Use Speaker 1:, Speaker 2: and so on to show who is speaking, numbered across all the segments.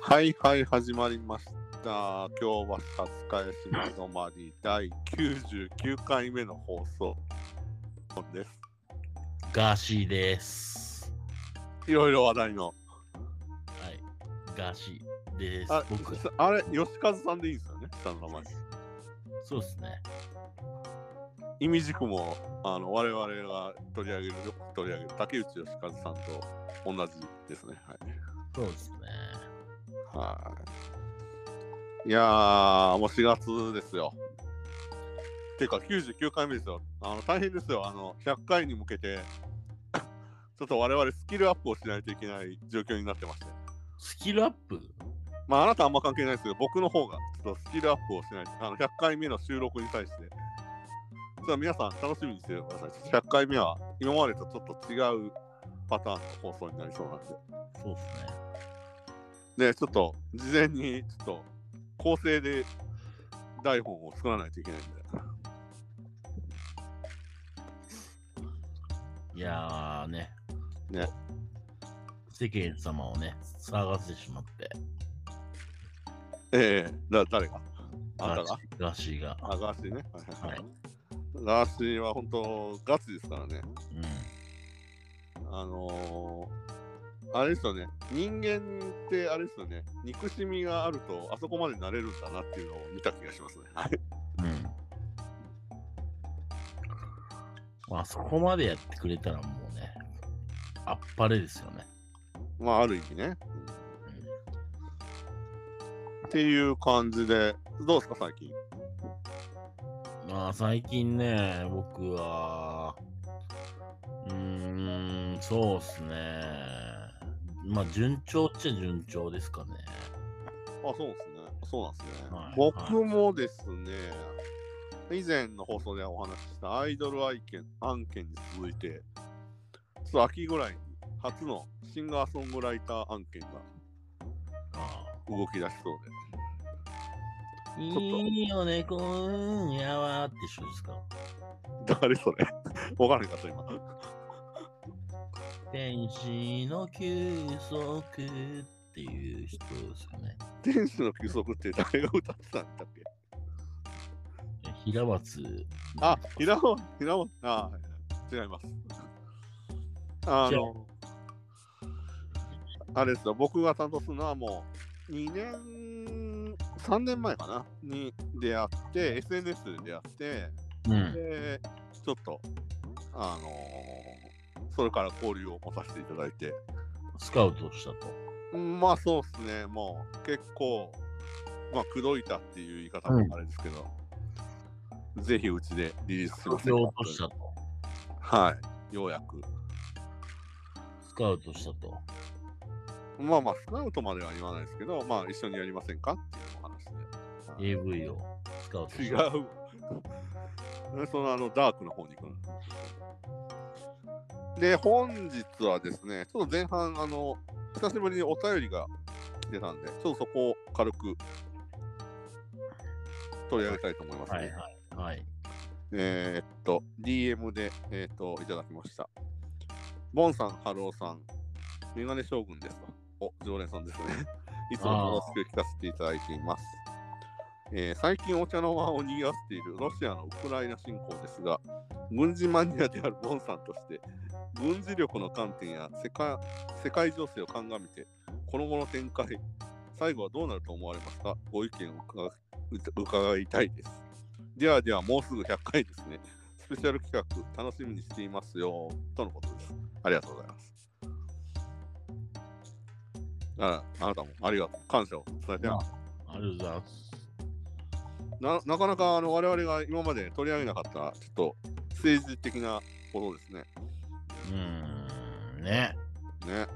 Speaker 1: はいはい始まりました今日は「スカエスの止まり」第99回目の放送です
Speaker 2: ガーシーです。
Speaker 1: いろいろ話題の
Speaker 2: はい。ガーシーです
Speaker 1: あ。
Speaker 2: 僕、
Speaker 1: すあれ吉和さんでいいんですよね下の名前
Speaker 2: そうですね。
Speaker 1: 意味軸もあの我々が取り上げるよく取り上げる竹内義和さんと同じですねはい
Speaker 2: そうですね。
Speaker 1: はい。いやー、もう4月ですよ。てか、99回目ですよ。あの大変ですよ。あの100回に向けて、ちょっと我々スキルアップをしないといけない状況になってまして。
Speaker 2: スキルアップ
Speaker 1: まあ、あなたあんま関係ないですけど、僕の方がちょっとスキルアップをしないと、あの100回目の収録に対して、ちょっと皆さん楽しみにしててください。100回目は今までとちょっと違うパターンの放送になりそうなんで。
Speaker 2: そうですね。
Speaker 1: で、ちょっと、事前に、ちょっと、構成で台本を作らないといけないんで。
Speaker 2: いやーね。
Speaker 1: ね。
Speaker 2: 世間様をね、騒がせてしまって。
Speaker 1: ええだ誰があんた
Speaker 2: ガーシ
Speaker 1: が
Speaker 2: ー
Speaker 1: あ、ガ
Speaker 2: ガーシーが。
Speaker 1: ーシーね。はいはい
Speaker 2: は
Speaker 1: はい。ガーシーは本当、ガチですからね。
Speaker 2: うん。
Speaker 1: あのー、あれですよね。人間って、あれですよね。憎しみがあると、あそこまでなれるんだなっていうのを見た気がしますね。はい。
Speaker 2: うん。まあ、そこまでやってくれたらもうね、あっぱれですよね。
Speaker 1: まあ、ある意味ね。うんっていう感じで、どうですか、最近。
Speaker 2: まあ最近ね、僕は、うーん、そうっすね。まあ順調っちゃ順調ですかね。
Speaker 1: あ、そうですね。そうなんですね。
Speaker 2: はい
Speaker 1: 僕もですね、以前の放送でお話ししたアイドル案件案件に続いて、ちょっと秋ぐらいに初のシンガーソングライター案件が
Speaker 2: あ
Speaker 1: 動き出しそう
Speaker 2: あいいよね、今夜はって一緒ですか。
Speaker 1: で。誰それわからへんかった、今。
Speaker 2: 天使の休息っていう人ですかね。
Speaker 1: 天使の休息って誰が歌ってたんだっけ
Speaker 2: 平松。
Speaker 1: あ、平尾、平尾、あ、違います。あの、あれですよ、僕が担当するのはもう、2年、3年前かな、に出会って、SNS で出会って、
Speaker 2: うん。
Speaker 1: で、ちょっと、あのーそれから交流を持たせていただいて、
Speaker 2: スカウトしたと。
Speaker 1: うんまあそうですね、もう結構、まあ、口説いたっていう言い方もあれですけど、ぜひうちでリリースしま
Speaker 2: ス
Speaker 1: せんか
Speaker 2: カウトしたと。
Speaker 1: はい、ようやく。
Speaker 2: スカウトしたと。
Speaker 1: まあまあ、スカウトまでは言わないですけど、まあ、一緒にやりませんかっていうお話
Speaker 2: AV をスカウト
Speaker 1: で。
Speaker 2: し
Speaker 1: 違
Speaker 2: た。
Speaker 1: う。 そのあのダークの方に行くの。で、本日はですね、ちょっと前半、あの、久しぶりにお便りが来てたんで、ちょっとそこを軽く取り上げたいと思いますね。
Speaker 2: はいはいはい。
Speaker 1: えーっと、DM で、えーっと、いただきました。ボンさん、ハローさん、メガネ将軍ですと。お、常連さんですね。いつも楽しく聞かせていただいています。えー最近お茶の間を賑わせているロシアのウクライナ侵攻ですが、軍事マニアであるボンさんとして、軍事力の観点や世界世界情勢を鑑みて、この後の展開、最後はどうなると思われますかご意見を伺伺いたいです。ではではもうすぐ100回ですね。スペシャル企画楽しみにしていますよ。とのことです。ありがとうございます。ああなたもありがとう。感謝を伝えて
Speaker 2: まあありがとうございます。
Speaker 1: ななかなかあの我々が今まで取り上げなかったちょっと政治的なことですね。
Speaker 2: うーん、ね。
Speaker 1: ね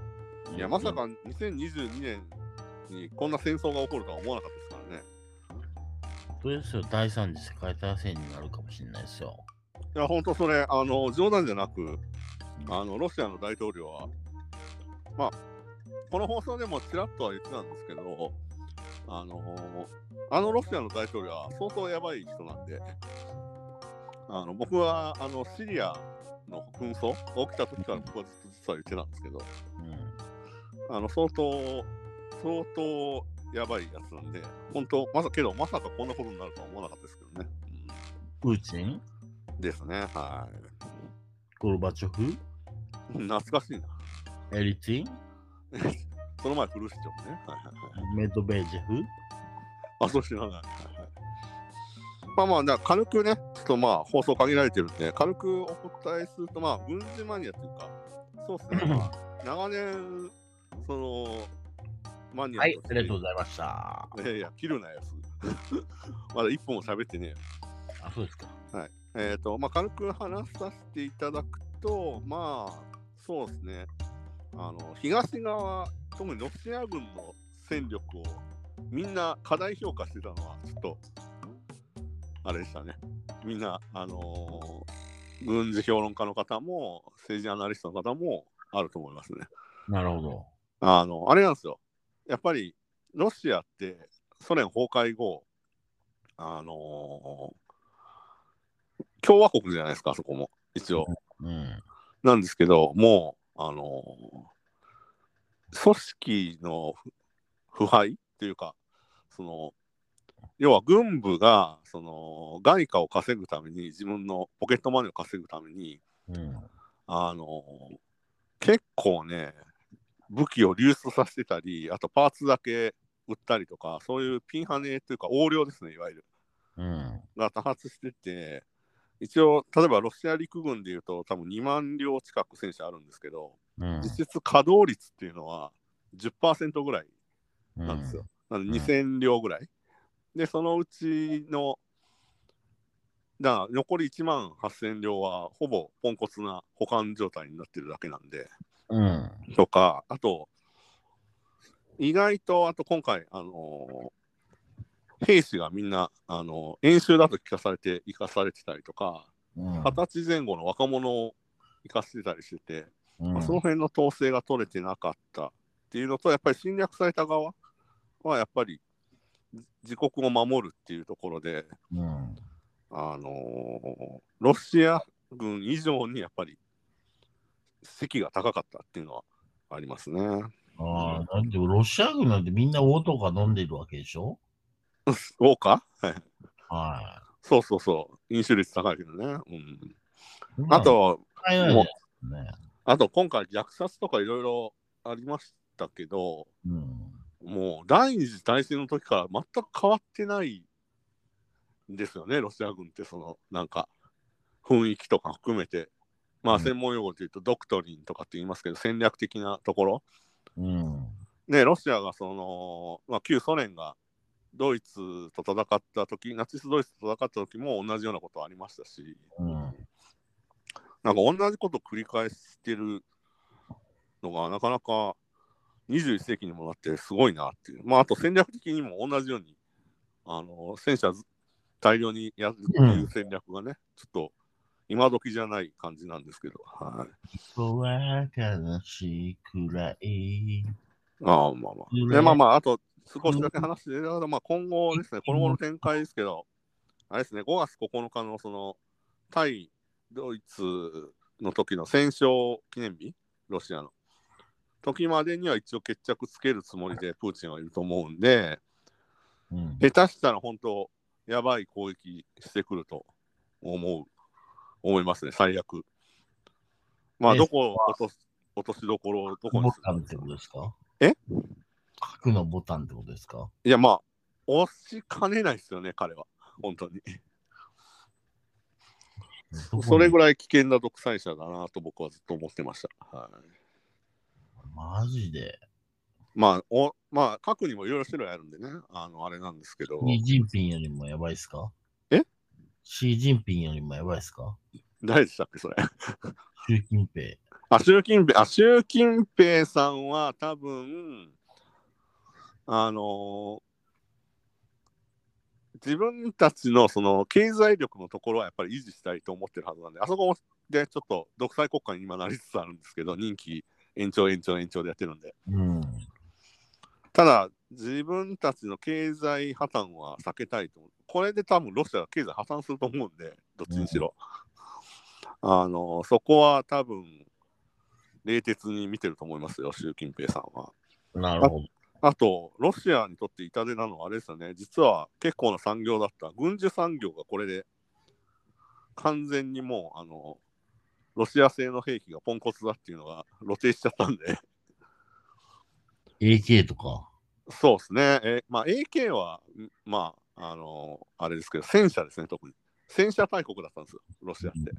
Speaker 1: いやまさか2022年にこんな戦争が起こるとは思わなかったですからね。
Speaker 2: 本当ですよ、第三次世界大戦になるかもしれないですよ。
Speaker 1: いや本当それあの冗談じゃなくあのロシアの大統領はまあこの放送でもちらっとは言ってたんですけどあのあのロシアの大統領は相当やばい人なんであの僕はあのシリアの紛争起きた時から僕はずっと実は言ってたんですけど
Speaker 2: うん。
Speaker 1: あの相当相当やばいやつなんで、本当、まさけど、まさかこんなことになるとは思わなかったですけどね。
Speaker 2: プーチン
Speaker 1: うん、ですね、は
Speaker 2: ゴルバチョフ
Speaker 1: い。懐かしいな。
Speaker 2: エリツィン
Speaker 1: その前、フルシチョフね。はいはいはい。
Speaker 2: メドベージェフ
Speaker 1: あ、そう知らない。はいはいまあまあ、だから軽くね、ちょっとまあ、放送限られてるんで、軽くお答えすると、まあ、軍事マニアっていうか、そうですね、 まあ、長年、その、マニア
Speaker 2: はい、
Speaker 1: し
Speaker 2: ありがとうございました。あ、
Speaker 1: いやいや、切るなやつ。 まだ一本も喋ってねえよ。
Speaker 2: そうですか。
Speaker 1: えっ、と、まあ、軽く話させていただくと、まあ、そうですね、あの、東側、特にロシア軍の戦力をみんな過大評価してたのは、ちょっと、あれでしたね。みんな、あのー軍事評論家の方も、政治アナリストの方もあると思いますね。
Speaker 2: なるほど。
Speaker 1: あの、あれなんですよ。やっぱり、ロシアって、ソ連崩壊後、あのー共和国じゃないですか、あそこも、一応。
Speaker 2: うん。
Speaker 1: なんですけど、もう、あのー組織の腐敗っていうか、その、要は軍部が、その、外貨を稼ぐために、自分のポケットマネーを稼ぐために、
Speaker 2: うん。
Speaker 1: あの結構ね武器を流出させてたりあとパーツだけ売ったりとかそういうピンハネというか横領ですねいわゆる
Speaker 2: うん。
Speaker 1: が多発してて一応例えばロシア陸軍でいうと多分2万両近く戦車あるんですけど
Speaker 2: うん。
Speaker 1: 実質稼働率っていうのは10%ぐらいなんですよ。なん
Speaker 2: ん
Speaker 1: で2000両ぐらい。で、そのうちの、だから残り1万8000両はほぼポンコツな保管状態になってるだけなんで、
Speaker 2: うん。うん。
Speaker 1: とか、あと、意外と、あと今回、あのー兵士がみんな、あのー演習だと聞かされて、生かされてたりとか、
Speaker 2: うん
Speaker 1: 二十歳前後の若者を生かしてたりしてて、
Speaker 2: うん
Speaker 1: まあ、その辺の統制が取れてなかったっていうのと、やっぱり侵略された側はやっぱり自自国を守るっていうところで、
Speaker 2: うん
Speaker 1: あのーロシア軍以上にやっぱり席が高かったっていうのはありますね。
Speaker 2: ああ、だってロシア軍なんてみんなウォとか飲んでるわけでしょ
Speaker 1: ウォーカー はい。
Speaker 2: は
Speaker 1: そうそうそう。飲酒率高いけどね。うん。
Speaker 2: い。
Speaker 1: あ、と、
Speaker 2: もう。ね。
Speaker 1: あと今回虐殺とかいろいろありましたけど、
Speaker 2: うん。
Speaker 1: もう第二次大戦の時から全く変わってないんですよね、ロシア軍って、そのなんか雰囲気とか含めて、まあ
Speaker 2: うん
Speaker 1: 専門用語で言うと、ドクトリンとかって言いますけど、戦略的なところ、
Speaker 2: うん。
Speaker 1: ね、ロシアがその、まあ、旧ソ連がドイツと戦った時ナチス・ドイツと戦った時も同じようなことありましたし、
Speaker 2: うん。
Speaker 1: なんか同じこと繰り返してるのがなかなか21世紀にもなってすごいなっていう。まああと戦略的にも同じようにあの戦車ず大量にやるっていう戦略がね、ちょっと今時じゃない感じなんですけど。はい、
Speaker 2: そうは悲しいくらい。
Speaker 1: ああまあま
Speaker 2: いい
Speaker 1: あ。
Speaker 2: ね
Speaker 1: でまあまああと少しだけ話してだからまあ今後ですね、今後の展開ですけど、あれですね、5月9日のその対ドイツの時の戦勝記念日、ロシアの。時までには一応決着つけるつもりでプーチンはいると思うんで、
Speaker 2: うん。
Speaker 1: 下手したら本当、やばい攻撃してくると思う、思いますね、最悪。まあ、
Speaker 2: ね
Speaker 1: どこを落とす落としどころをどこ
Speaker 2: ボ
Speaker 1: にす
Speaker 2: タンっ
Speaker 1: る
Speaker 2: てことですか
Speaker 1: え
Speaker 2: 核のボタンってことですか
Speaker 1: いや、まあ、押しかねないですよね、彼は。本当に。それぐ
Speaker 2: らい。
Speaker 1: らい危険な独裁者だなと僕はずっと思ってました。はい
Speaker 2: マジで。
Speaker 1: まあ、おまあ、核にもいろいろ種類あるんでね、あの、あれなんですけど、
Speaker 2: シー・ジンピンよりもやばいっすか
Speaker 1: え
Speaker 2: シー・ジンピンよりもやばいっすか
Speaker 1: 誰でしたっけ、それ。
Speaker 2: 習近平。
Speaker 1: あ、習近平、あ、習近平さんは多分、あのー自分たちのその経済力のところはやっぱり維持したいと思ってるはずなんで、あそこでちょっと独裁国家に今なりつつあるんですけど、任期延長延長延長でやってるんで。
Speaker 2: うん。
Speaker 1: ただ、自分たちの経済破綻は避けたいと思う。これで多分ロシアが経済破綻すると思うんで、どっちにしろ。あの、そこは多分、冷徹に見てると思いますよ、習近平さんは。
Speaker 2: なるほど。
Speaker 1: あと、ロシアにとって痛手なのはあれですよね、実は結構な産業だった軍需産業がこれで完全にもう、あの、ロシア製の兵器がポンコツだっていうのが露呈しちゃったんで、
Speaker 2: AK とか。
Speaker 1: そうですね、えまあ、AK は、んまあ、あの、あれですけど、戦車ですね、特に。戦車大国だったんですよ、ロシアって。だか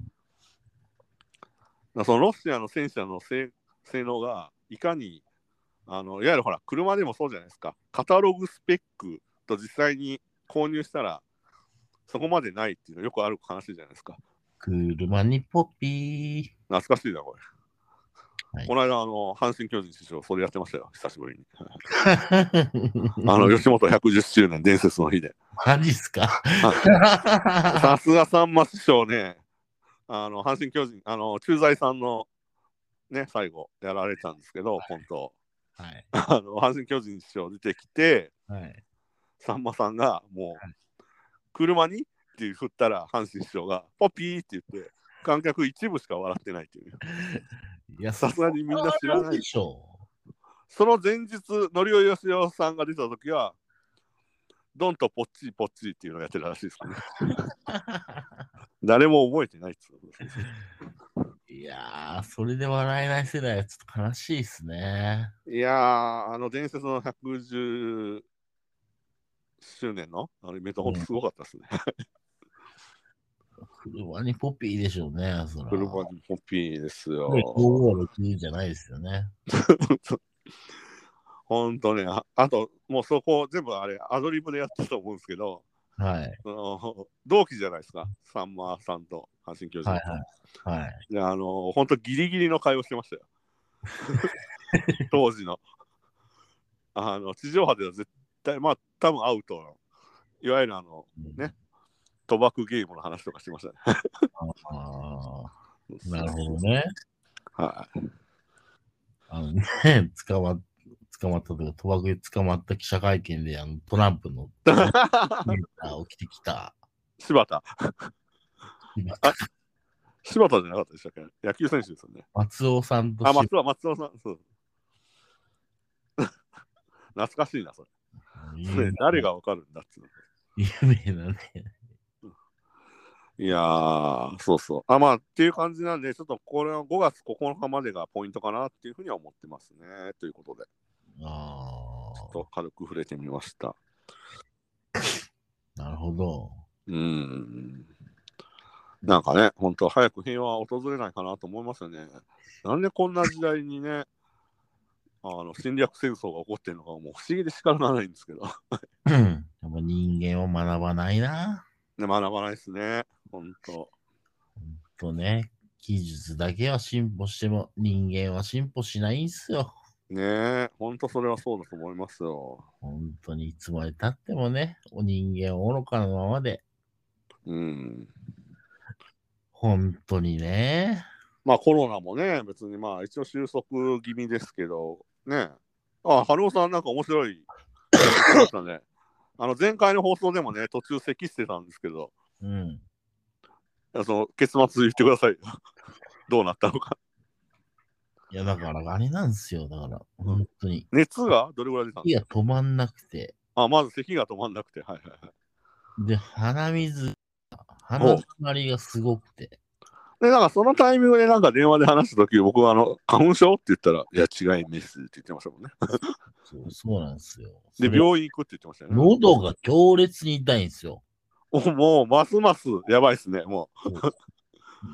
Speaker 1: らそのロシアの戦車の性性能がいかにあのいわゆるほら車でもそうじゃないですかカタログスペックと実際に購入したらそこまでないっていうのよくある話じゃないですか
Speaker 2: 車にポピ
Speaker 1: 懐かしいなこれ、
Speaker 2: はい
Speaker 1: この間あの阪神・巨人師匠それやってましたよ久しぶりに
Speaker 2: ー。
Speaker 1: あの吉本110周年伝説の日で
Speaker 2: マジっすか
Speaker 1: さすがさんま師匠ねあの阪神・巨人あの駐在さんのね最後やられたんですけど、本当
Speaker 2: はい。
Speaker 1: あの阪神・巨人師匠出てきて
Speaker 2: はい。
Speaker 1: さんまさんがも
Speaker 2: は
Speaker 1: う車にって振ったら阪神師匠がポピーって言って観客一部しか笑ってないっていう
Speaker 2: いや、
Speaker 1: さすがにみんな知らない
Speaker 2: でしょ。
Speaker 1: その前日のりおよしおさんが出た時はドンとポッチーポッチーっていうのをやってたらしいですね 誰も覚えてないっつう
Speaker 2: いやー、それで笑えない世代はちょっと悲しいっすね。
Speaker 1: いやーあの伝説の110周年のあのイベントほんとすごかったですね、
Speaker 2: 車にポピーでしょうね、そら。
Speaker 1: 車にポピーですよ、
Speaker 2: ね556じゃないですよね。
Speaker 1: ほんとね、ああと、もうそこ全部あれ、アドリブでやってたと思うんですけど、
Speaker 2: はい。
Speaker 1: その同期じゃないですか、さんまさんと阪神教授
Speaker 2: はいはい。
Speaker 1: で、あの、ほんとギリギリの会話してました よ。当時の。あの、地上波では絶対、まあ、多分アウトの、いわゆるあの、ね賭博ゲームの話とかしてましたね。
Speaker 2: ああ、なるほどね。
Speaker 1: はい。
Speaker 2: あのね、 捕ま捕まったとか、賭博で捕まった記者会見で、あのトラン プのセーターを着てきた。
Speaker 1: 柴田。柴田じゃなかったでしたっけ野球選手ですよね。
Speaker 2: 松尾さんと
Speaker 1: あ、
Speaker 2: し
Speaker 1: 松尾、松尾さん、そう。 懐かしいな、それ。
Speaker 2: 有
Speaker 1: それ
Speaker 2: 名
Speaker 1: 誰がわかるんだっつうの。
Speaker 2: 有名なね。
Speaker 1: いやー、そうそう。あ、まあ、っていう感じなんで、ちょっとこれは5月9日までがポイントかなっていうふうには思ってますね。ということで、
Speaker 2: あ
Speaker 1: ちょっと軽く触れてみました。
Speaker 2: あ、なるほど。
Speaker 1: うーん。なんかね、ほんと早く平和は訪れないかなと思いますよね。なんでこんな時代にね、あの侵略戦争が起こってるのかもう不思議で仕方がないんですけど。
Speaker 2: うんやっぱ人間を学ばないな。
Speaker 1: ね、学ばないですね。ほんと。
Speaker 2: とね、技術だけは進歩しても人間は進歩しないんすよ。
Speaker 1: ねえ、ほんとそれはそうだと思いますよ。
Speaker 2: 本当にいつまで経ってもね、お人間は愚かなままで、
Speaker 1: うん。
Speaker 2: 本当にね。
Speaker 1: まあコロナもね、別にまあ一応収束気味ですけど、ね。あ、春尾さんなんか面白い。あったね。あの前回の放送でもね、途中咳してたんですけど、
Speaker 2: うん。
Speaker 1: その結末言ってくださいよ。 どうなったのか。
Speaker 2: いや、だからあれなんですよ。だから、本当に。
Speaker 1: 熱がどれぐらい出たの
Speaker 2: 火が止まんなくて、
Speaker 1: あ、まず咳が止まんなくて。はいはいはい。
Speaker 2: で、鼻水、鼻詰まりがすごくて、
Speaker 1: で、なんかそのタイミングでなんか電話で話したとき、僕はあの、花粉症って言ったら、いや違いますって言ってましたもんね。
Speaker 2: そうそうなんですよ。
Speaker 1: で、
Speaker 2: それ
Speaker 1: 病院行くって言ってましたよね。
Speaker 2: 喉が強烈に痛いんですよ。
Speaker 1: おもう、ますますやばいですね。も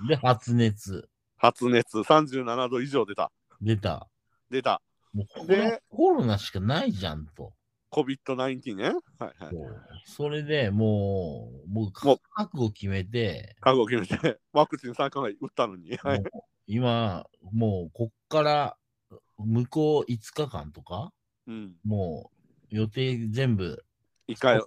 Speaker 1: う、
Speaker 2: で、発熱、
Speaker 1: 発熱37度以上出た。
Speaker 2: 出た。
Speaker 1: 出た。
Speaker 2: もうこれ
Speaker 1: で
Speaker 2: コロナしかないじゃんと。
Speaker 1: COVID-19 ね。はいはい。
Speaker 2: それでもう、もう
Speaker 1: も
Speaker 2: 覚
Speaker 1: う
Speaker 2: 悟決めて、
Speaker 1: 覚悟を決めて、 ワクチン3回打ったのに。はい
Speaker 2: も。う今、もうこっから向こう5日間とか、
Speaker 1: うん。
Speaker 2: もう予定全部
Speaker 1: 1回
Speaker 2: っ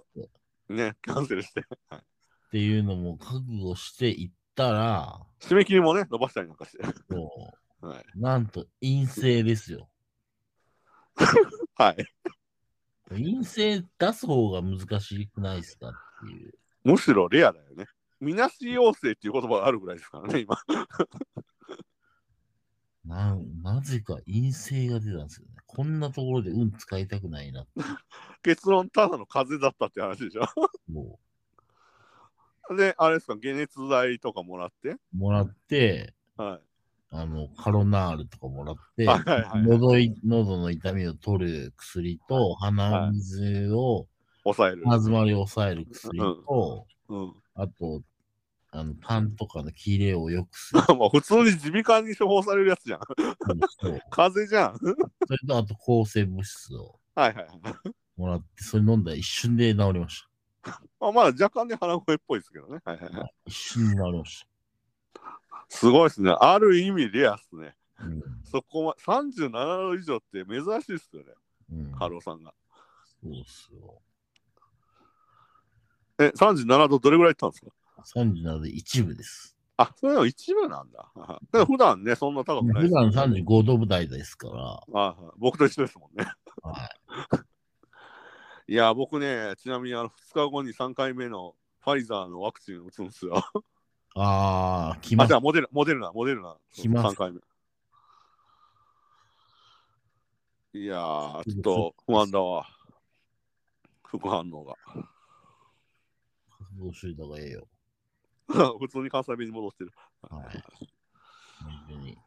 Speaker 1: ね、キャンセルして。はい
Speaker 2: ていうのも覚悟していったら、
Speaker 1: 締め切りもね、伸ばしたりなんかして。
Speaker 2: も
Speaker 1: はい。
Speaker 2: うなんと陰性ですよ。
Speaker 1: はい、
Speaker 2: 陰性出す方が難しくないですかっていう。
Speaker 1: むしろレアだよね。みなし陽性っていう言葉があるぐらいですからね、今。
Speaker 2: なんなぜか陰性が出たんですよね。こんなところで運使いたくないなって。
Speaker 1: 結論、ただの風邪だったって話でしょ。
Speaker 2: も
Speaker 1: で、あれですか、解熱剤とかもらって、
Speaker 2: う、もらって、
Speaker 1: は
Speaker 2: あの、カロナールとかもらって、
Speaker 1: はいはいはい
Speaker 2: 喉い喉の痛みを取る薬と、鼻水を、
Speaker 1: い、抑える。
Speaker 2: 鼻詰まりを抑える薬と、
Speaker 1: うん、
Speaker 2: あと、あの、パンとかの切れを良くする
Speaker 1: もう普通に耳鼻科に処方されるやつじゃん。
Speaker 2: そう
Speaker 1: 風邪じゃん。
Speaker 2: それと、あと、抗生物質を
Speaker 1: はいはいはい。
Speaker 2: もらって、それ飲んだら一瞬で治りました。
Speaker 1: まあ、まだ若干ね、鼻声っぽいですけどね。はいはいはい。
Speaker 2: 一瞬で治りまし
Speaker 1: すごいですね。ある意味レアっすね。
Speaker 2: た。うん。
Speaker 1: そこは37度以上って珍しいっすよね、
Speaker 2: うん、
Speaker 1: ハローさんが。
Speaker 2: そうっすよ。
Speaker 1: え、37度どれぐらいいったんですか
Speaker 2: 37で一部です。
Speaker 1: あ、それでも一部なんだ。 はいはいだから普段ね、そんな高くない
Speaker 2: 普
Speaker 1: です。
Speaker 2: 段35度台ですから、
Speaker 1: はいはい僕と一緒ですもんね。
Speaker 2: はい
Speaker 1: や、僕ね、ちなみにあの2日後に3回目のファイザーのワクチン打つんですよ。
Speaker 2: あー、来
Speaker 1: あ、
Speaker 2: ま
Speaker 1: じ
Speaker 2: す
Speaker 1: ゃあモデル、モデルナ、モデルナ。
Speaker 2: 来ます
Speaker 1: 3回目。いやー、ちょっと不安だわ。副反応が。
Speaker 2: 覚悟しといた方がええよ。
Speaker 1: 普通に関西弁に戻ってる。
Speaker 2: はい。本当に。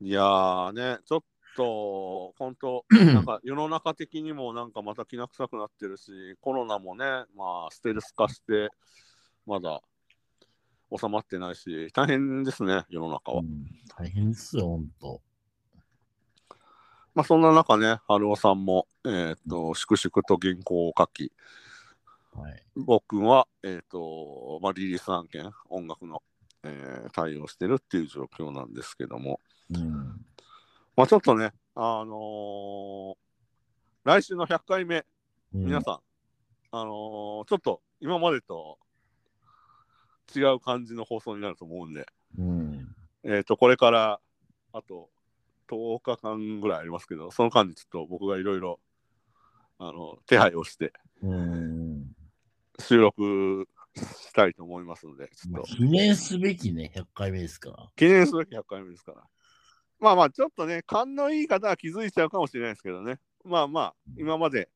Speaker 1: いやーね、ちょっと、本当、なんか世の中的にもなんかまたきな臭くなってるし、コロナもね、まあ、ステルス化して、まだ収まってないし、大変ですね、世の中は。
Speaker 2: うん大変ですよ、ほんと。
Speaker 1: まあ、そんな中ね、春尾さんも、えーっと、粛々と原稿を書き、
Speaker 2: はい。
Speaker 1: 僕は、えーっと、まあ、リリース案件、音楽の、えー対応してるっていう状況なんですけども、
Speaker 2: うん。
Speaker 1: まあ、ちょっとね、あのー来週の100回目、皆さん、あのーちょっと今までと違う感じの放送になると思うんで、
Speaker 2: うん。うん。
Speaker 1: えっ、と、これからあと10日間ぐらいありますけど、その間にちょっと僕がいろいろ、あの、手配をして
Speaker 2: うん。
Speaker 1: 収録したいと思いますので、ちょ
Speaker 2: ま
Speaker 1: っ
Speaker 2: あ
Speaker 1: と
Speaker 2: 記念すべきね、100回目ですから。
Speaker 1: 記念すべき100回目ですから。まあまあ、ちょっとね、勘のいい方は気づいちゃうかもしれないですけどね、まあまあ、今まで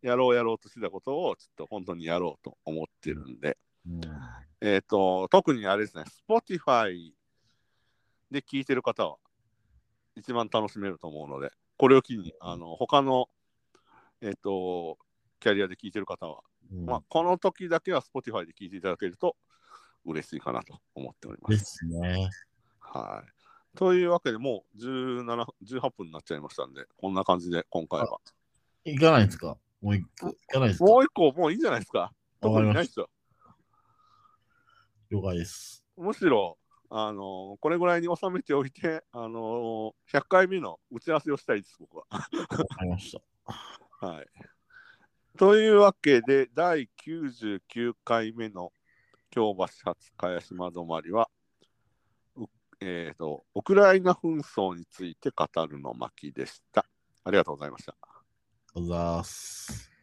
Speaker 1: やろうやろうとしてたことを、ちょっと本当にやろうと思ってるんで、
Speaker 2: うん。
Speaker 1: えっ、と、特にあれですね、Spotify で聞いてる方は一番楽しめると思うので、これを機に、あの、他の、えっ、と、キャリアで聞いてる方は、
Speaker 2: うん
Speaker 1: まあ、この時だけは Spotify で聞いていただけると嬉しいかなと思っておりま。
Speaker 2: ですすね。
Speaker 1: はい。というわけでもう17 18分になっちゃいましたんで、こんな感じで今回は。
Speaker 2: 行かないんですかもう一個。行かないんですか
Speaker 1: もう一個、もういいんじゃないですか。
Speaker 2: わ
Speaker 1: 特
Speaker 2: かり
Speaker 1: にな
Speaker 2: ま
Speaker 1: い
Speaker 2: し
Speaker 1: でしょ。
Speaker 2: た。了解です。
Speaker 1: むしろ、あのこれぐらいに収めておいて、あの100回目の打ち合わせをしたいです、僕は。
Speaker 2: わかりました。
Speaker 1: はい。というわけで、第99回目の京橋初茅島止まりは、うえーと、ウクライナ紛争について語るの巻でした。ありがとうございました。
Speaker 2: ありがとうございます。